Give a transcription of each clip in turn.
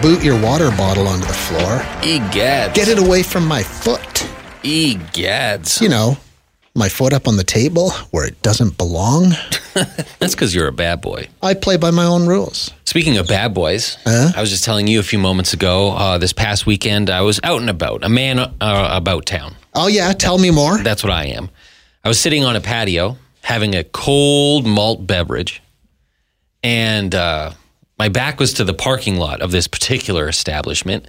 Boot your water bottle onto the floor. Egads. Get it away from my foot. Egads. You know, my foot up on the table where it doesn't belong. That's because you're a bad boy. I play by my own rules. Speaking of bad boys, I was just telling you a few moments ago. Uh, this past weekend, I was out and about, a man uh, about town. Oh, yeah, tell me more. That's what I am. I was sitting on a patio having a cold malt beverage, and uh, my back was to the parking lot of this particular establishment.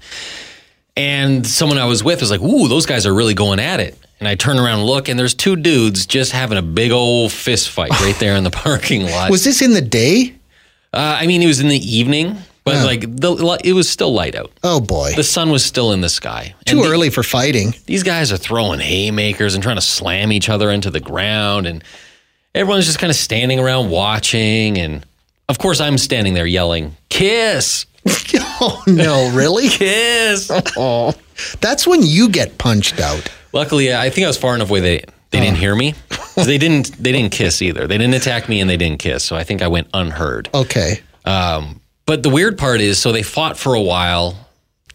And someone I was with was like, Ooh, those guys are really going at it. And I turn around and look, and there's two dudes just having a big old fist fight right there in the parking lot. Was this in the day? uh, I mean, it was in the evening, but like the, it was still light out. Oh, boy. The sun was still in the sky. And Too the- early for fighting. these guys are throwing haymakers and trying to slam each other into the ground and everyone's just kind of standing around watching and of course i'm standing there yelling kiss Oh, no, really? kiss Oh, that's when you get punched out. luckily i think i was far enough away they they didn't hear me 'Cause they didn't they didn't kiss either they didn't attack me and they didn't kiss so i think i went unheard Okay. Um, but the weird part is, so they fought for a while,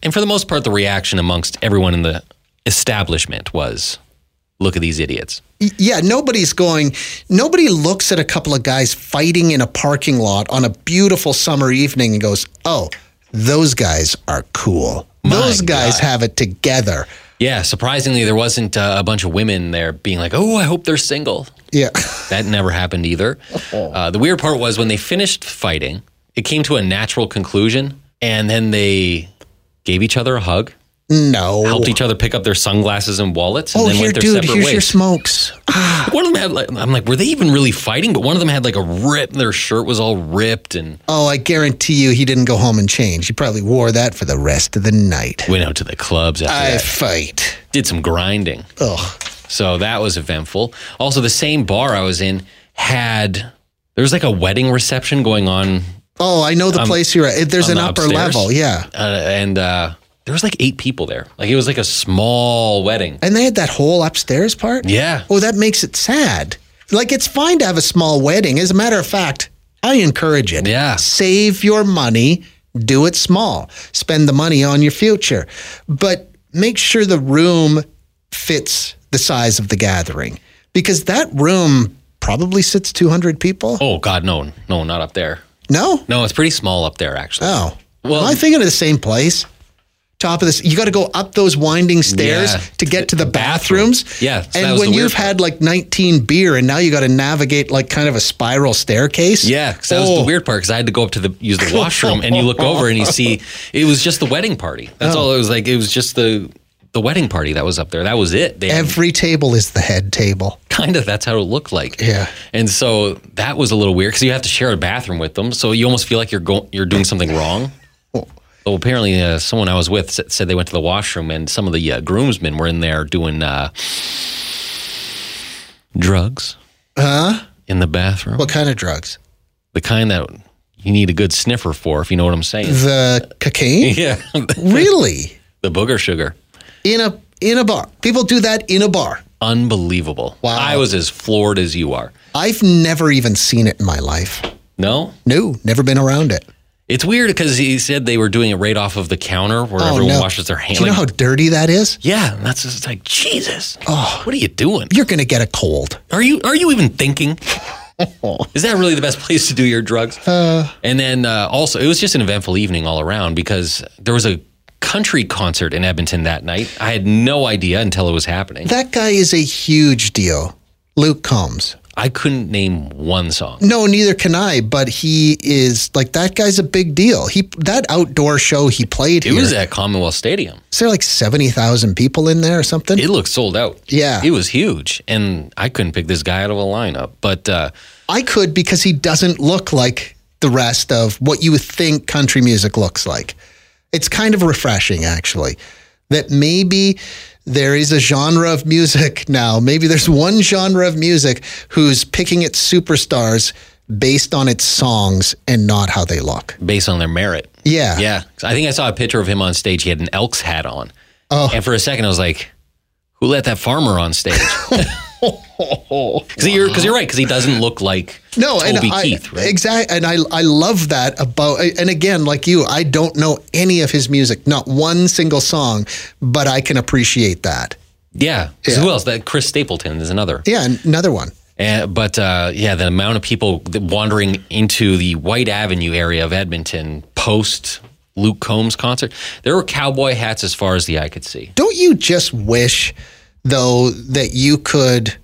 and for the most part, the reaction amongst everyone in the establishment was, "Look at these idiots." Y- Yeah, nobody's going, nobody looks at a couple of guys fighting in a parking lot on a beautiful summer evening and goes, oh, those guys are cool. those guys have it together. Yeah, surprisingly, there wasn't uh, a bunch of women there being like, "Oh, I hope they're single." Yeah. That never happened either. Uh, the weird part was when they finished fighting, it came to a natural conclusion, and then they gave each other a hug, No. helped each other pick up their sunglasses and wallets, and oh, then here, went their dude, separate here's ways. your smokes. One of them had like I'm like, were they even really fighting? But one of them had like a rip. Their shirt was all ripped and Oh, I guarantee you he didn't go home and change. He probably wore that for the rest of the night. went out to the clubs after I that. fight. Did some grinding. Ugh. So that was eventful. Also, the same bar I was in had there was like a wedding reception going on, Oh, I know the place you're at. There's on an the upper upstairs? level. Yeah. uh, and uh, there was like eight people there. Like it was like a small wedding. And they had that whole upstairs part? Yeah. Oh, that makes it sad. Like, it's fine to have a small wedding. As a matter of fact, I encourage it. Yeah. Save your money, do it small, spend the money on your future. But make sure the room fits the size of the gathering because that room probably sits 200 people. Oh God, no, no, not up there. No? No, it's pretty small up there actually. Oh. Well- Well, am I thinking of the same place? Top of this, you got to go up those winding stairs Yeah. to get to the bathroom. bathrooms. Yeah, so that and was when the weird you've part. had like 19 beer and now you got to navigate like kind of a spiral staircase. Yeah, 'cause that was the Oh, weird part. Because I had to go up to the use the washroom, and you look over and you see it was just the wedding party. That's all it was like. It was just the the wedding party that was up there. That was it. They Every table is the head table. kind of that's how it looked like. Yeah. and so that was a little weird because you have to share a bathroom with them, so you almost feel like you're going you're doing something wrong. Well, apparently, uh, someone I was with sa- said they went to the washroom, and some of the uh, groomsmen were in there doing uh, drugs. Huh? In the bathroom What kind of drugs? the kind that you need a good sniffer for, if you know what I'm saying. The cocaine? yeah, the really? booger sugar, In a in a bar. People do that in a bar. unbelievable. Wow. I was as floored as you are. I've never even seen it in my life. No, No, never been around it. it's weird because he said they were doing it right off of the counter where Oh, everyone no. washes their hands. Do you know how dirty that is? yeah, and that's just like Jesus. Oh, what are you doing? You're going to get a cold. Are you are you even thinking? Is that really the best place to do your drugs? and then uh, also, it was just an eventful evening all around because there was a country concert in Edmonton that night. I had no idea until it was happening. That guy is a huge deal. Luke Combs. I couldn't name one song. No, neither can I. But he is like that guy's a big deal. He that outdoor show he played It here. was at Commonwealth Stadium. Is there like seventy thousand people in there or something? It looked sold out. Yeah. It was huge. And I couldn't pick this guy out of a lineup. But uh, I could because he doesn't look like the rest of what you think country music looks like. It's kind of refreshing, actually, that maybe there is a genre of music now. Maybe there's one genre of music who's picking its superstars based on its songs and not how they look. based on their merit. Yeah. Yeah. 'Cause I think I saw a picture of him on stage. He had an Elks hat on. Oh. And for a second, I was like, who let that farmer on stage? Because you're, 'cause you're right, because he doesn't look like No, Toby and I, Keith, right? Exactly. And I, I love that about, and again, like you, I don't know any of his music, not one single song, but I can appreciate that. yeah. 'Cause Who else? That Chris Stapleton is another. Yeah, and another one. And, but uh, yeah, the amount of people that wandering into the White Avenue area of Edmonton post Luke Combs concert, there were cowboy hats as far as the eye could see. Don't you just wish, though, that you could,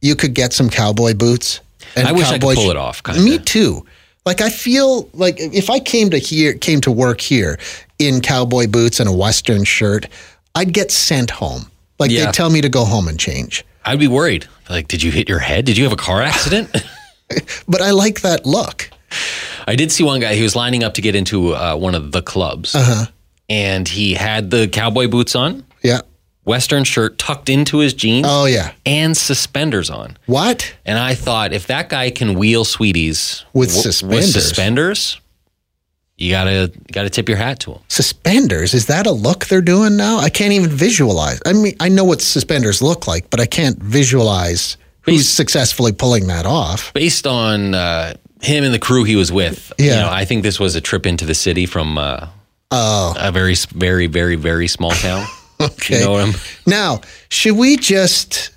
you could get some cowboy boots? And I wish I could cowboy pull sh- it off, kinda. Me too. Like I feel like if I came to here, came to work here in cowboy boots and a western shirt, I'd get sent home. Like Yeah. they'd tell me to go home and change. I'd be worried. Like, did you hit your head? Did you have a car accident? But I like that look. I did see one guy. He was lining up to get into uh, one of the clubs, Uh-huh. and he had the cowboy boots on, Yeah. western shirt tucked into his jeans, Oh yeah. and suspenders on. What? And I thought, if that guy can wheel sweeties With w- suspenders. suspenders, you gotta you gotta tip your hat to him. Suspenders? Is that a look they're doing now? I can't even visualize. I mean, I know what suspenders look like, but I can't visualize who's successfully pulling that off. Based on uh, him and the crew he was with, you Yeah. know, I think this was a trip into the city from uh, a very s- very very very small town. Oh, Okay. You know what I'm? Now, should we just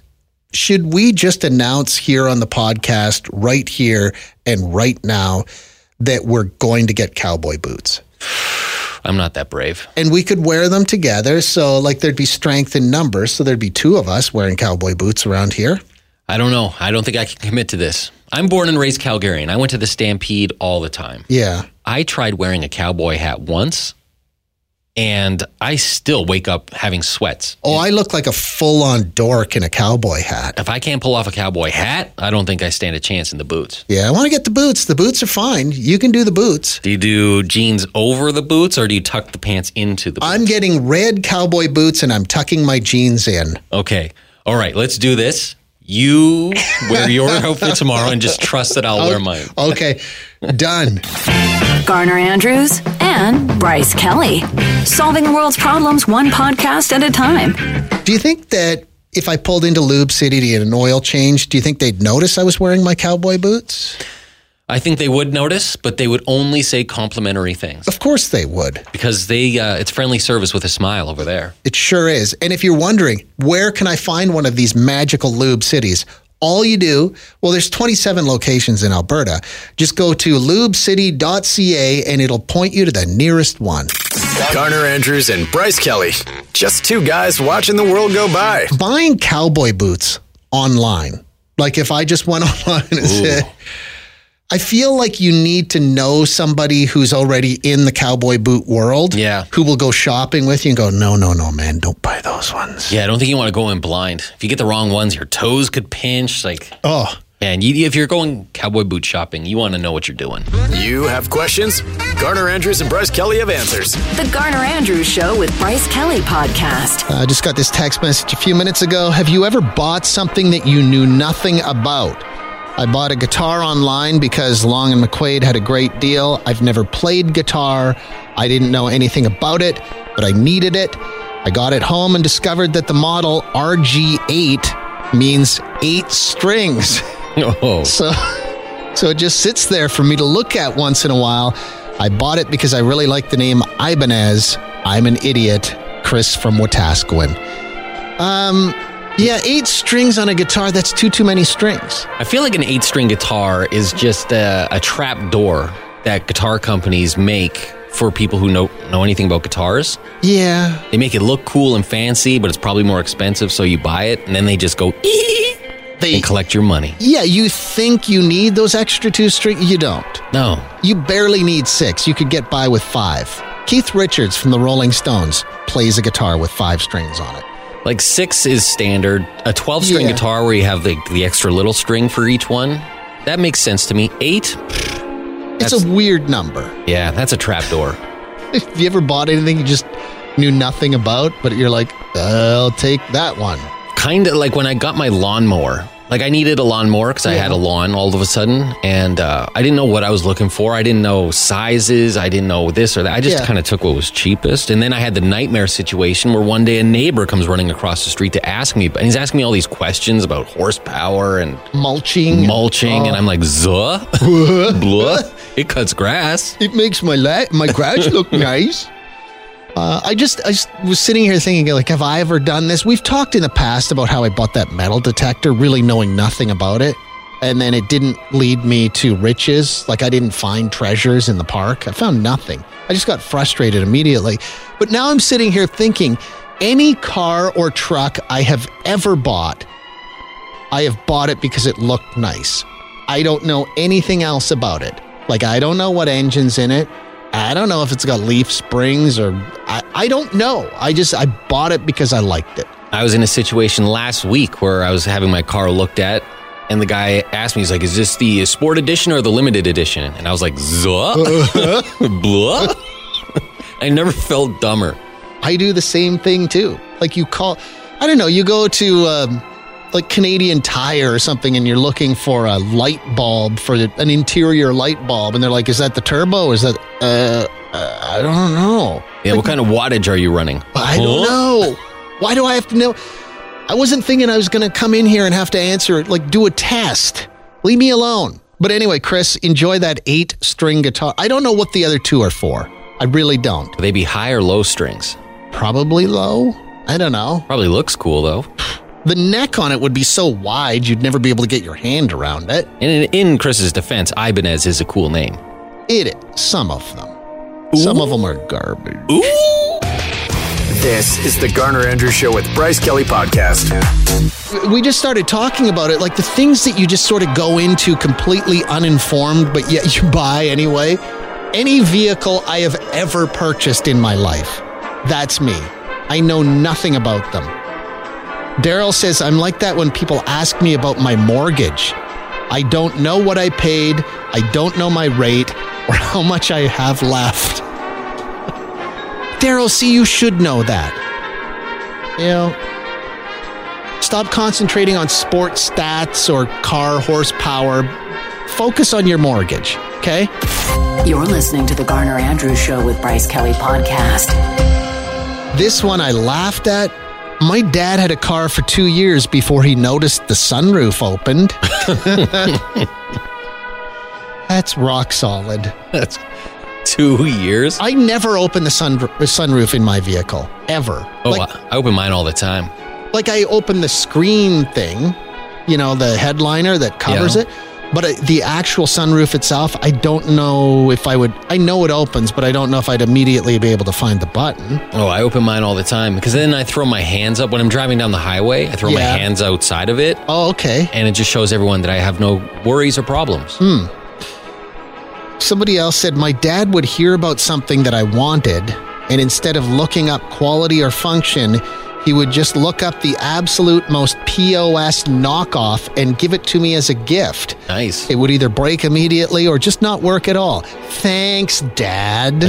should we just announce here on the podcast right here and right now that we're going to get cowboy boots? I'm not that brave. and we could wear them together. So, like, there'd be strength in numbers. So, there'd be two of us wearing cowboy boots around here. I don't know. I don't think I can commit to this. I'm born and raised Calgarian. I went to the Stampede all the time. Yeah. I tried wearing a cowboy hat once, and I still wake up having sweats. Oh, I look like a full on dork in a cowboy hat. If I can't pull off a cowboy hat, I don't think I stand a chance in the boots. Yeah, I want to get the boots. The boots are fine. You can do the boots. Do you do jeans over the boots or do you tuck the pants into the boots? I'm getting red cowboy boots and I'm tucking my jeans in. okay. All right, let's do this. You wear your outfit tomorrow and just trust that I'll wear mine. Okay, done. Garner Andrews and Bryce Kelly. Solving the world's problems one podcast at a time. Do you think that if I pulled into Lube City to get an oil change, do you think they'd notice I was wearing my cowboy boots? I think they would notice, but they would only say complimentary things Of course they would. because they uh, it's friendly service with a smile over there. It sure is. And if you're wondering, where can I find one of these magical lube cities? All you do, well, there's 27 locations in Alberta. Just go to lubecity.ca and it'll point you to the nearest one. Garner Andrews and Bryce Kelly. Just two guys watching the world go by. Buying cowboy boots online, like if I just went online and said, I feel like you need to know somebody who's already in the cowboy boot world. Yeah. Who will go shopping with you and go, no, no, no, man, don't buy those ones. Yeah, I don't think you want to go in blind. If you get the wrong ones, your toes could pinch. Like, Oh, man, you, if you're going cowboy boot shopping, you want to know what you're doing. You have questions? Garner Andrews and Bryce Kelly have answers. The Garner Andrews Show with Bryce Kelly podcast. Uh, I just got this text message a few minutes ago. Have you ever bought something that you knew nothing about? I bought a guitar online because Long and McQuaid had a great deal. I've never played guitar. I didn't know anything about it, but I needed it. I got it home and discovered that the model RG8 means eight strings. Oh, So, so it just sits there for me to look at once in a while. I bought it because I really like the name Ibanez. I'm an idiot, Chris from Wetaskiwin. Um, yeah, eight strings on a guitar. That's too too many strings. I feel like an eight string guitar is just a, a trap door that guitar companies make for people who know, know anything about guitars. Yeah, They make it look cool and fancy, but it's probably more expensive, so you buy it, and then they just go, "Ee." They and collect your money. yeah, you think you need those extra two string? You don't. No. You barely need six. You could get by with five. Keith Richards from the Rolling Stones plays a guitar with five strings on it. Like six is standard. A 12 string Yeah. guitar where you have the, the extra little string for each one. That makes sense to me. Eight? it's That's- a weird number. Yeah, that's a trapdoor. Have you ever bought anything you just knew nothing about, but you're like, I'll take that one? kind of like when I got my lawnmower. Like I needed a lawnmower because I had a lawn all of a sudden, and uh, I didn't know what I was looking for. I didn't know sizes. I didn't know this or that. I just Yeah. kind of took what was cheapest. And then I had the nightmare situation where one day a neighbor comes running across the street to ask me, and he's asking me all these questions about horsepower and Mulching. mulching, and I'm like, "Zuh, blah, it cuts grass." it makes my la- my garage look nice. Uh, I just I just was sitting here thinking like, have I ever done this? We've talked in the past about how I bought that metal detector, really knowing nothing about it, and then it didn't lead me to riches. Like I didn't find treasures in the park. I found nothing. I just got frustrated immediately. But now I'm sitting here thinking, any car or truck I have ever bought I have bought it because it looked nice. I don't know anything else about it. Like, I don't know what engine's in it. I don't know if it's got leaf springs or I, I don't know. I just, I bought it because I liked it. I was in a situation last week where I was having my car looked at, and the guy asked me, he's like, Is this the sport edition or the limited edition? And I was like, Zuh, blah. I never felt dumber. I do the same thing too. Like, you call, I don't know, you go to um, like Canadian Tire or something and you're looking for a light bulb for the, an interior light bulb. And they're like, is that the turbo? Is that, uh, uh I don't know. Yeah, what kind of wattage are you running? I don't Huh? know. Why do I have to know? I wasn't thinking I was going to come in here and have to answer, like, do a test. Leave me alone. But anyway, Chris, enjoy that eight string guitar. I don't know what the other two are for. I really don't. Would they be high or low strings? Probably low. I don't know. Probably looks cool though. The neck on it would be so wide, you'd never be able to get your hand around it. And in, in Chris's defense, Ibanez is a cool name. It, some of them. Some of them are garbage. This is the Garner Andrews Show with Bryce Kelly Podcast. we just started talking about it like the things that you just sort of go into completely uninformed but yet you buy anyway any vehicle i have ever purchased in my life that's me i know nothing about them daryl says i'm like that when people ask me about my mortgage i don't know what i paid i don't know my rate or how much i have left daryl see you should know that you know Stop concentrating on sports stats or car horsepower. Focus on your mortgage, okay? You're listening to The Garner Andrews Show with Bryce Kelly Podcast. This one I laughed at. My dad had a car for two years before he noticed the sunroof opened. That's rock solid. That's two years. I never open the sun, the sunroof in my vehicle, ever. Oh, like, I open mine all the time. like I open the screen thing, you know, the headliner that covers Yeah. it. But uh, the actual sunroof itself, I don't know if I would. I know it opens, but I don't know if I'd immediately be able to find the button. Oh, I open mine all the time because then I throw my hands up when I'm driving down the highway. I throw my Yeah. hands outside of it Oh, okay. and it just shows everyone that I have no worries or problems. Somebody else said my dad would hear about something that I wanted, and instead of looking up quality or function, he would just look up the absolute most POS knockoff and give it to me as a gift. Nice. It would either break immediately or just not work at all. Thanks, Dad.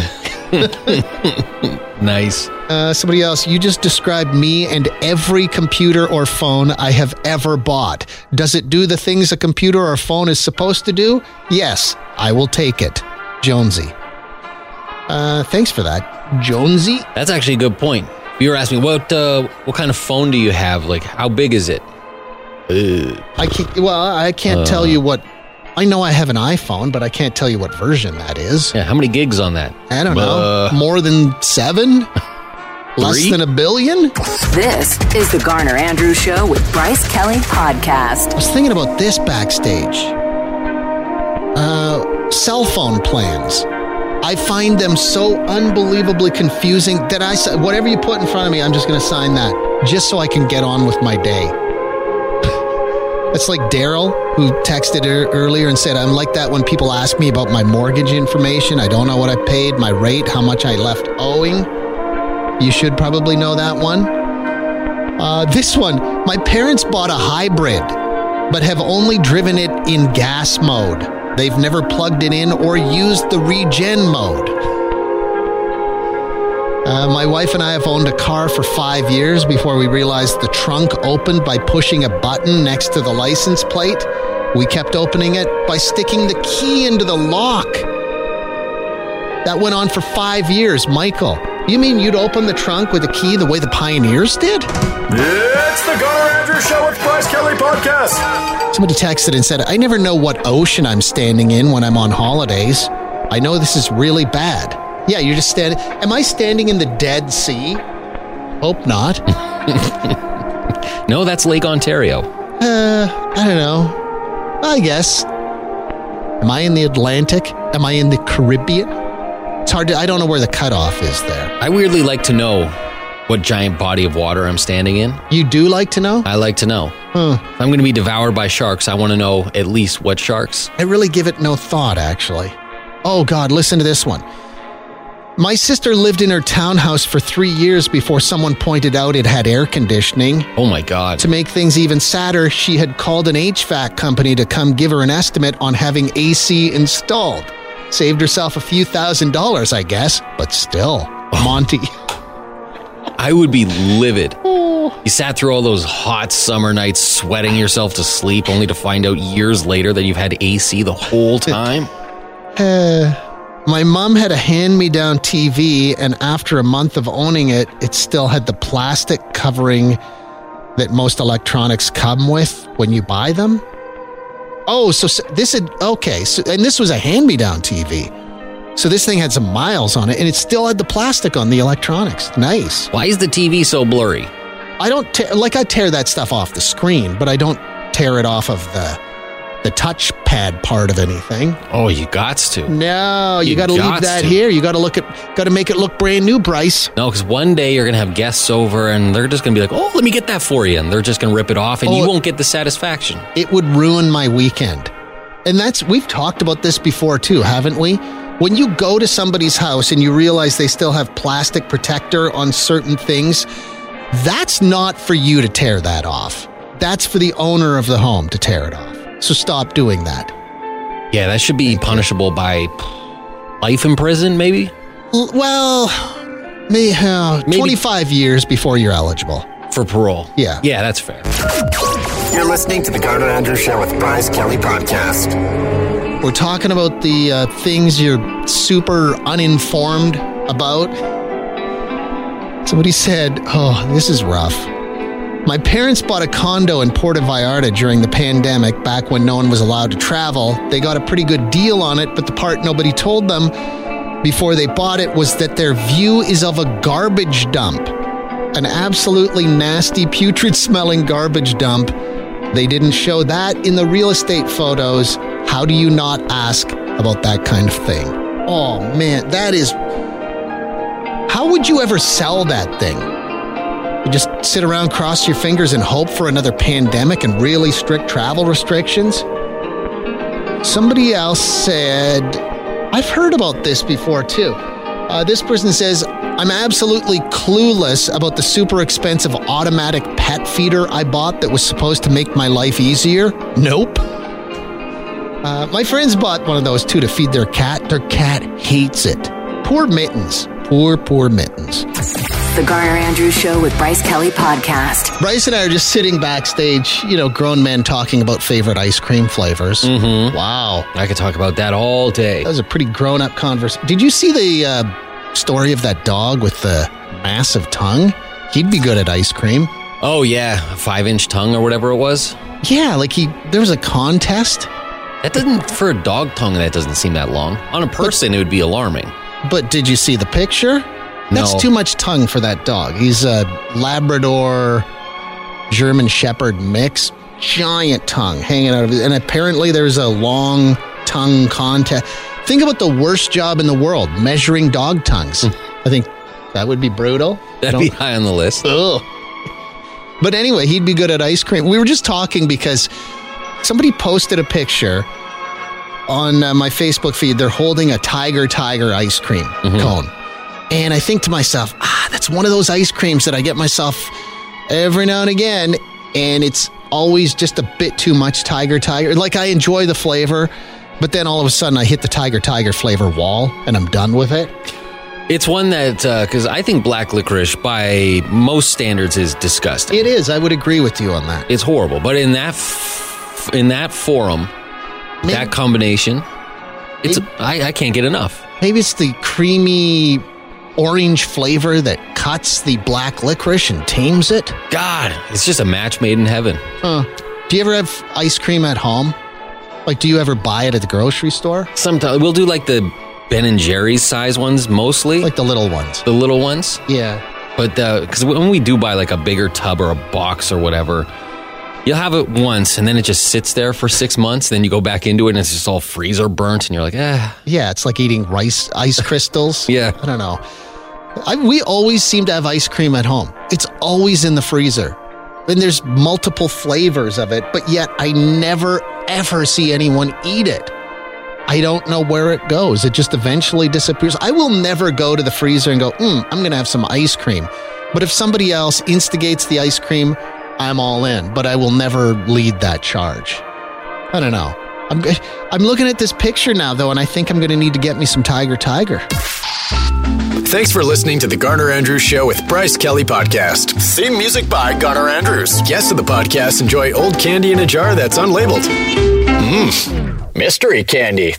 Nice. Uh, somebody else, you just described me and every computer or phone I have ever bought. Does it do the things a computer or phone is supposed to do? Yes, I will take it. Jonesy. Uh, thanks for that. Jonesy? That's actually a good point. You were asking me what uh, what kind of phone do you have? Like how big is it? I can't, well, I can't tell Uh. you what. I know I have an iPhone, but I can't tell you what version that is. Yeah, how many gigs on that? I don't know. Uh, More than seven? Less Three? than a billion? This is The Garner Andrews Show with Bryce Kelly Podcast. I was thinking about this backstage. Uh, cell phone plans. I find them so unbelievably confusing that I s- whatever you put in front of me, I'm just going to sign that just so I can get on with my day. It's like Daryl who texted er- earlier and said, I'm like that when people ask me about my mortgage information. I don't know what I paid, my rate, how much I left owing. You should probably know that one. Uh, this one, my parents bought a hybrid, but have only driven it in gas mode. They've never plugged it in or used the regen mode. Uh, my wife and I have owned a car for five years before we realized the trunk opened by pushing a button next to the license plate. We kept opening it by sticking the key into the lock. That went on for five years, Michael. You mean you'd open the trunk with a key the way the pioneers did? It's the Garner Andrews Show with Bryce Kelly Podcast. Somebody texted and said, I never know what ocean I'm standing in when I'm on holidays. I know this is really bad. Yeah, you're just standing. Am I standing in the Dead Sea? Hope not. No, that's Lake Ontario. Uh, I don't know. I guess. Am I in the Atlantic? Am I in the Caribbean? It's hard to. I don't know where the cutoff is there. I weirdly like to know what giant body of water I'm standing in. You do like to know? I like to know. If I'm going to be devoured by sharks. I want to know at least what sharks. I really give it no thought, actually. Oh, God, listen to this one. My sister lived in her townhouse for three years before someone pointed out it had air conditioning. Oh my God. To make things even sadder, she had called an HVAC company to come give her an estimate on having AC installed. Saved herself a few thousand dollars, I guess, but still, Monty. I would be livid. Oh. You sat through all those hot summer nights sweating yourself to sleep only to find out years later that you've had AC the whole time. Uh, My mom had a hand me down TV, and after a month of owning it, it still had the plastic covering that most electronics come with when you buy them. Oh, so s- this had, okay, so, and this was a hand me down TV. So this thing had some miles on it, and it still had the plastic on the electronics. Nice. Why is the TV so blurry? I don't tear, like I tear that stuff off the screen, but I don't tear it off of the the touchpad part of anything. Oh, you gots to. No, you, You got to leave gots that to. here. You got to look at, got to make it look brand new, Bryce. No, because one day you're going to have guests over and they're just going to be like, oh, let me get that for you. And they're just going to rip it off and Oh, you it- won't get the satisfaction. It would ruin my weekend. And that's we've talked about this before too, haven't we? When you go to somebody's house and you realize they still have plastic protector on certain things, that's not for you to tear that off. That's for the owner of the home to tear it off. So stop doing that. Yeah, that should be punishable by life in prison, maybe? L- Well, may, uh, Maybe- 25 years before you're eligible. For parole. Yeah. Yeah, that's fair. You're listening to the Garner Andrews Show with Bryce Kelly Podcast. We're talking about the uh, things you're super uninformed about. Somebody said, Oh, this is rough. My parents bought a condo in Puerto Vallarta during the pandemic, back when no one was allowed to travel. They got a pretty good deal on it, but the part nobody told them before they bought it was that their view is of a garbage dump. An absolutely nasty, putrid smelling garbage dump. They didn't show that in the real estate photos. How do you not ask about that kind of thing? Oh man, that is. How would you ever sell that thing? You just sit around, cross your fingers, and hope for another pandemic and really strict travel restrictions? Somebody else said, I've heard about this before too. Uh, this person says, I'm absolutely clueless about the super expensive automatic pet feeder I bought that was supposed to make my life easier. Nope. Uh, my friends bought one of those too to feed their cat. Their cat hates it. Poor mittens. Poor, poor mittens. The Garner Andrews Show with Bryce Kelly Podcast. Bryce and I are just sitting backstage, you know, grown men talking about favorite ice cream flavors. Mm-hmm. Wow. I could talk about that all day. That was a pretty grown up converse. Did you see the uh, story of that dog with the massive tongue? He'd be good at ice cream. Oh, yeah. Five inch tongue or whatever it was. Yeah, like he, there was a contest, That doesn't, for a dog tongue, that doesn't seem that long. On a person, it would be alarming. but did you see the picture? That's No. too much tongue for that dog. He's a Labrador German Shepherd mix, giant tongue hanging out of it. And apparently there's a long tongue contest. Think about the worst job in the world, measuring dog tongues. I think that would be brutal. I Hmm. That'd don't- be high on the list. Ugh. But anyway, he'd be good at ice cream. We were just talking because somebody posted a picture on uh, my Facebook feed. They're holding a Tiger Tiger ice cream cone. And I think to myself, ah, that's one of those ice creams that I get myself every now and again. And it's always just a bit too much Tiger Tiger. Like I enjoy the flavor, but then all of a sudden I hit the Tiger Tiger flavor wall and I'm done with it. It's one that because I think black licorice by most standards is disgusting. It is. I would agree with you on that. it's horrible. But in that f- in that forum, Maybe- that combination, it's I, I can't get enough. Maybe it's the creamy orange flavor that cuts the black licorice and tames it. God, it's just a match made in heaven. Huh. Do you ever have ice cream at home? Like, do you ever buy it at the grocery store? Sometimes we'll do like the Ben and Jerry's size ones mostly, Like the little ones. the little ones. Yeah. But because when we do buy like a bigger tub or a box or whatever, you'll have it once and then it just sits there for six months. Then you go back into it and it's just all freezer burnt, and you're like, eh. Yeah, it's like eating rice ice crystals. Yeah. I don't know. I, we always seem to have ice cream at home. It's always in the freezer. And there's multiple flavors of it, but yet I never ever see anyone eat it. I don't know where it goes. It just eventually disappears. I will never go to the freezer and go, mm, I'm going to have some ice cream. But if somebody else instigates the ice cream, I'm all in, but I will never lead that charge. I don't know. I'm, g- I'm looking at this picture now, though, and I think I'm going to need to get me some Tiger Tiger. Thanks for listening to the Garner Andrews Show with Bryce Kelly Podcast. Theme music by Garner Andrews. Guests of the podcast enjoy old candy in a jar that's unlabeled. Mmm, mystery candy.